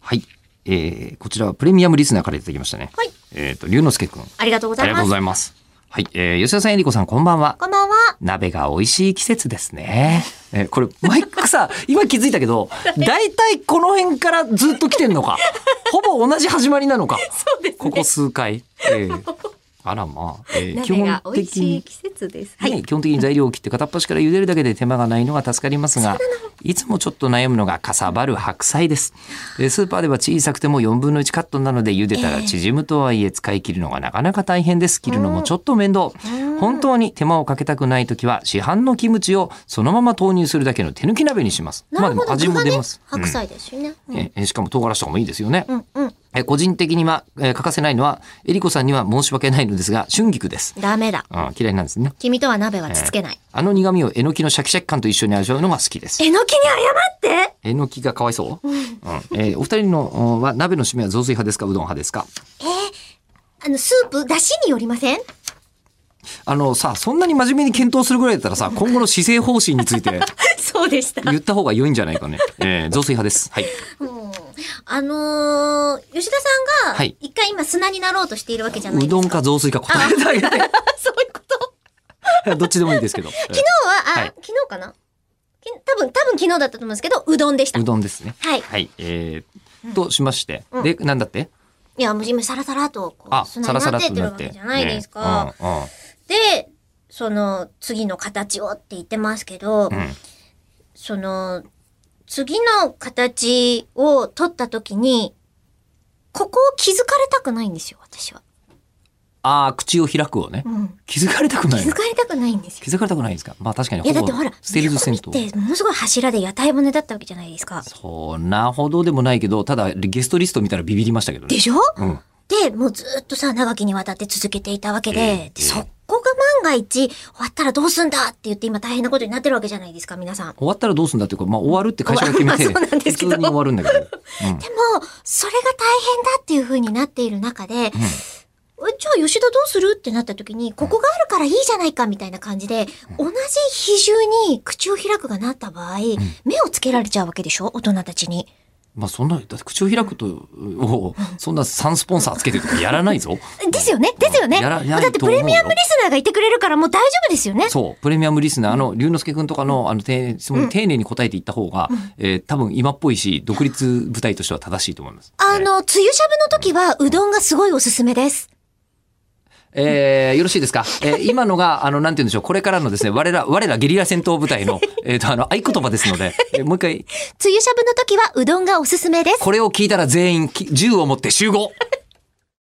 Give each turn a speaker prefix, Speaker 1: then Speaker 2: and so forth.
Speaker 1: はい。えー、こちらはプレミアムリスナーからいただきましたね。
Speaker 2: はい。
Speaker 1: えっ、と、龍之介くん。あ
Speaker 2: ありがとうござ
Speaker 1: り
Speaker 2: い
Speaker 1: がと
Speaker 2: ま
Speaker 1: う
Speaker 2: す。
Speaker 1: ございます。はい。えー、吉田さん、えりこさん、こんばんは。
Speaker 2: こんばんは。
Speaker 1: 鍋が美味しい季節ですね。えーこれ、毎回さ、 今気づいたけど、 大体この辺からずっと来てんのか。ほぼ同じ始まりなのか。
Speaker 2: そうですね。
Speaker 1: ここ数回。えー、あらまあ、えー、基
Speaker 2: 鍋が
Speaker 1: 本
Speaker 2: 美味
Speaker 1: 的
Speaker 2: しい
Speaker 1: に。
Speaker 2: 季節です。は。
Speaker 1: はいい、基本的に材料を切って片っ端から茹でるだけで手間がないのが助かりますがいつもちょっと悩むのがかさばる白菜ですえースーパーでは小さくても4分の1カットなので茹でたら縮むとはいえ使い切るのがなかなか大変です切るのもちょっと面倒本当に手間をかけたくない時は市販のキムチをそのまま投入するだけの手抜き鍋にします
Speaker 2: なるほど。
Speaker 1: あでも味も出ます、
Speaker 2: 具がね白菜ですしね。
Speaker 1: うんえーしかも唐辛子とかもいいですよね、
Speaker 2: うんうん。
Speaker 1: えー個人的には、えー欠かせないのはえりこさんには申し訳ないのですが春菊です、
Speaker 2: ダメだ。
Speaker 1: うん、嫌いなんですね
Speaker 2: 君とは鍋はつつけない。
Speaker 1: あの苦味をえのきのシャキシャキ感と一緒に味わうのが好きです。
Speaker 2: えのきに謝って
Speaker 1: えのきがかわいそう、うんえーお二人のおは鍋の締めは雑炊派ですかうどん派ですか
Speaker 2: あの、スープ、だしによりません
Speaker 1: あのさ、そんなに真面目に検討するぐらいだったらさ、今後の施政方針について
Speaker 2: そうでした。
Speaker 1: 言った方が良いんじゃないかね。えー、雑炊派です。はい。
Speaker 2: うんあのー、吉田さん
Speaker 1: は
Speaker 2: が
Speaker 1: い、
Speaker 2: 一回今砂になろうとしているわけじゃないうですか。
Speaker 1: どんか雑炊か答えてあげ
Speaker 2: そういうこと
Speaker 1: て。 どっちでもいいです けど。
Speaker 2: 昨日は、あ、
Speaker 1: はい
Speaker 2: 昨日かなき多分、多分昨日だったと思うんですけど、うどんでした。
Speaker 1: うどんですね。
Speaker 2: はい。
Speaker 1: はい。えー、としまして。で、なんだって
Speaker 2: いや、もう今サラサラと、こ
Speaker 1: あ、
Speaker 2: う、砂
Speaker 1: サ
Speaker 2: に
Speaker 1: ラサラ
Speaker 2: なってっ
Speaker 1: と
Speaker 2: て
Speaker 1: な
Speaker 2: るわ
Speaker 1: って。
Speaker 2: けじゃないですか。
Speaker 1: ねうんうん
Speaker 2: で、その、次の形をって言ってますけど、
Speaker 1: ん
Speaker 2: その、次の形を取った時に、ここを気づかれたくないんですよ、私は。
Speaker 1: あー、口を開くをね
Speaker 2: う。ん。
Speaker 1: 気づかれたくな
Speaker 2: 気
Speaker 1: い
Speaker 2: づ
Speaker 1: の。
Speaker 2: かれたくないんですよ。
Speaker 1: 気づかれたくないんですかまあ確かに
Speaker 2: いや、だってほら、
Speaker 1: ステルス戦
Speaker 2: 見込み
Speaker 1: 闘。
Speaker 2: って、ものすごい柱で屋台骨だったわけじゃないですか。
Speaker 1: そんなほどでもないけど、ただゲストリスト見たらビビりましたけどね
Speaker 2: で。しょ
Speaker 1: うん。
Speaker 2: で、もうずっとさ、長きにわたって続けていたわけで、
Speaker 1: ええ
Speaker 2: でそこが万が一、終わったらどうすんだって言って今大変なことになってるわけじゃないですか、皆さん。
Speaker 1: 終わったらどうするんだっていうか、まあ終わるって会社が決めて、
Speaker 2: 終わるまあ そうなんです
Speaker 1: 普
Speaker 2: け
Speaker 1: 通
Speaker 2: ど
Speaker 1: に終わるんだけど。うん
Speaker 2: でも、それが大変だっていう風になっている中で、えじゃあ吉田どうするってなった時に、ここがあるからいいじゃないかみたいな感じで、同じ比重に口を開くがなった場合、目をつけられちゃうわけでしょ大人たちに。
Speaker 1: まあそんな、だって口を開くと、をそんなサンスポンサーつけてるとかやらないぞ。
Speaker 2: ですよねですよね
Speaker 1: やらやらない
Speaker 2: だって
Speaker 1: と
Speaker 2: プ
Speaker 1: 思うよ
Speaker 2: レミアムリスナーがいてくれるからもう大丈夫ですよね
Speaker 1: そう、プレミアムリスナーあの龍之介くんとかの、あの、て質問に丁寧に答えていった方が、えー多分今っぽいし、独立部隊としては正しいと思います。
Speaker 2: あの、つゆしゃぶの時はうどんがすごいおすすめです。
Speaker 1: えーよろしいですか、えー今のが、あの、なんて言うんでしょう、これからのですね、我ら、我らゲリラ戦闘部隊の、えっ、と、あの、合言葉ですので、えーもう一回、
Speaker 2: つゆしゃぶの時はうどんがおすすめです。
Speaker 1: これを聞いたら全員き銃を持って集合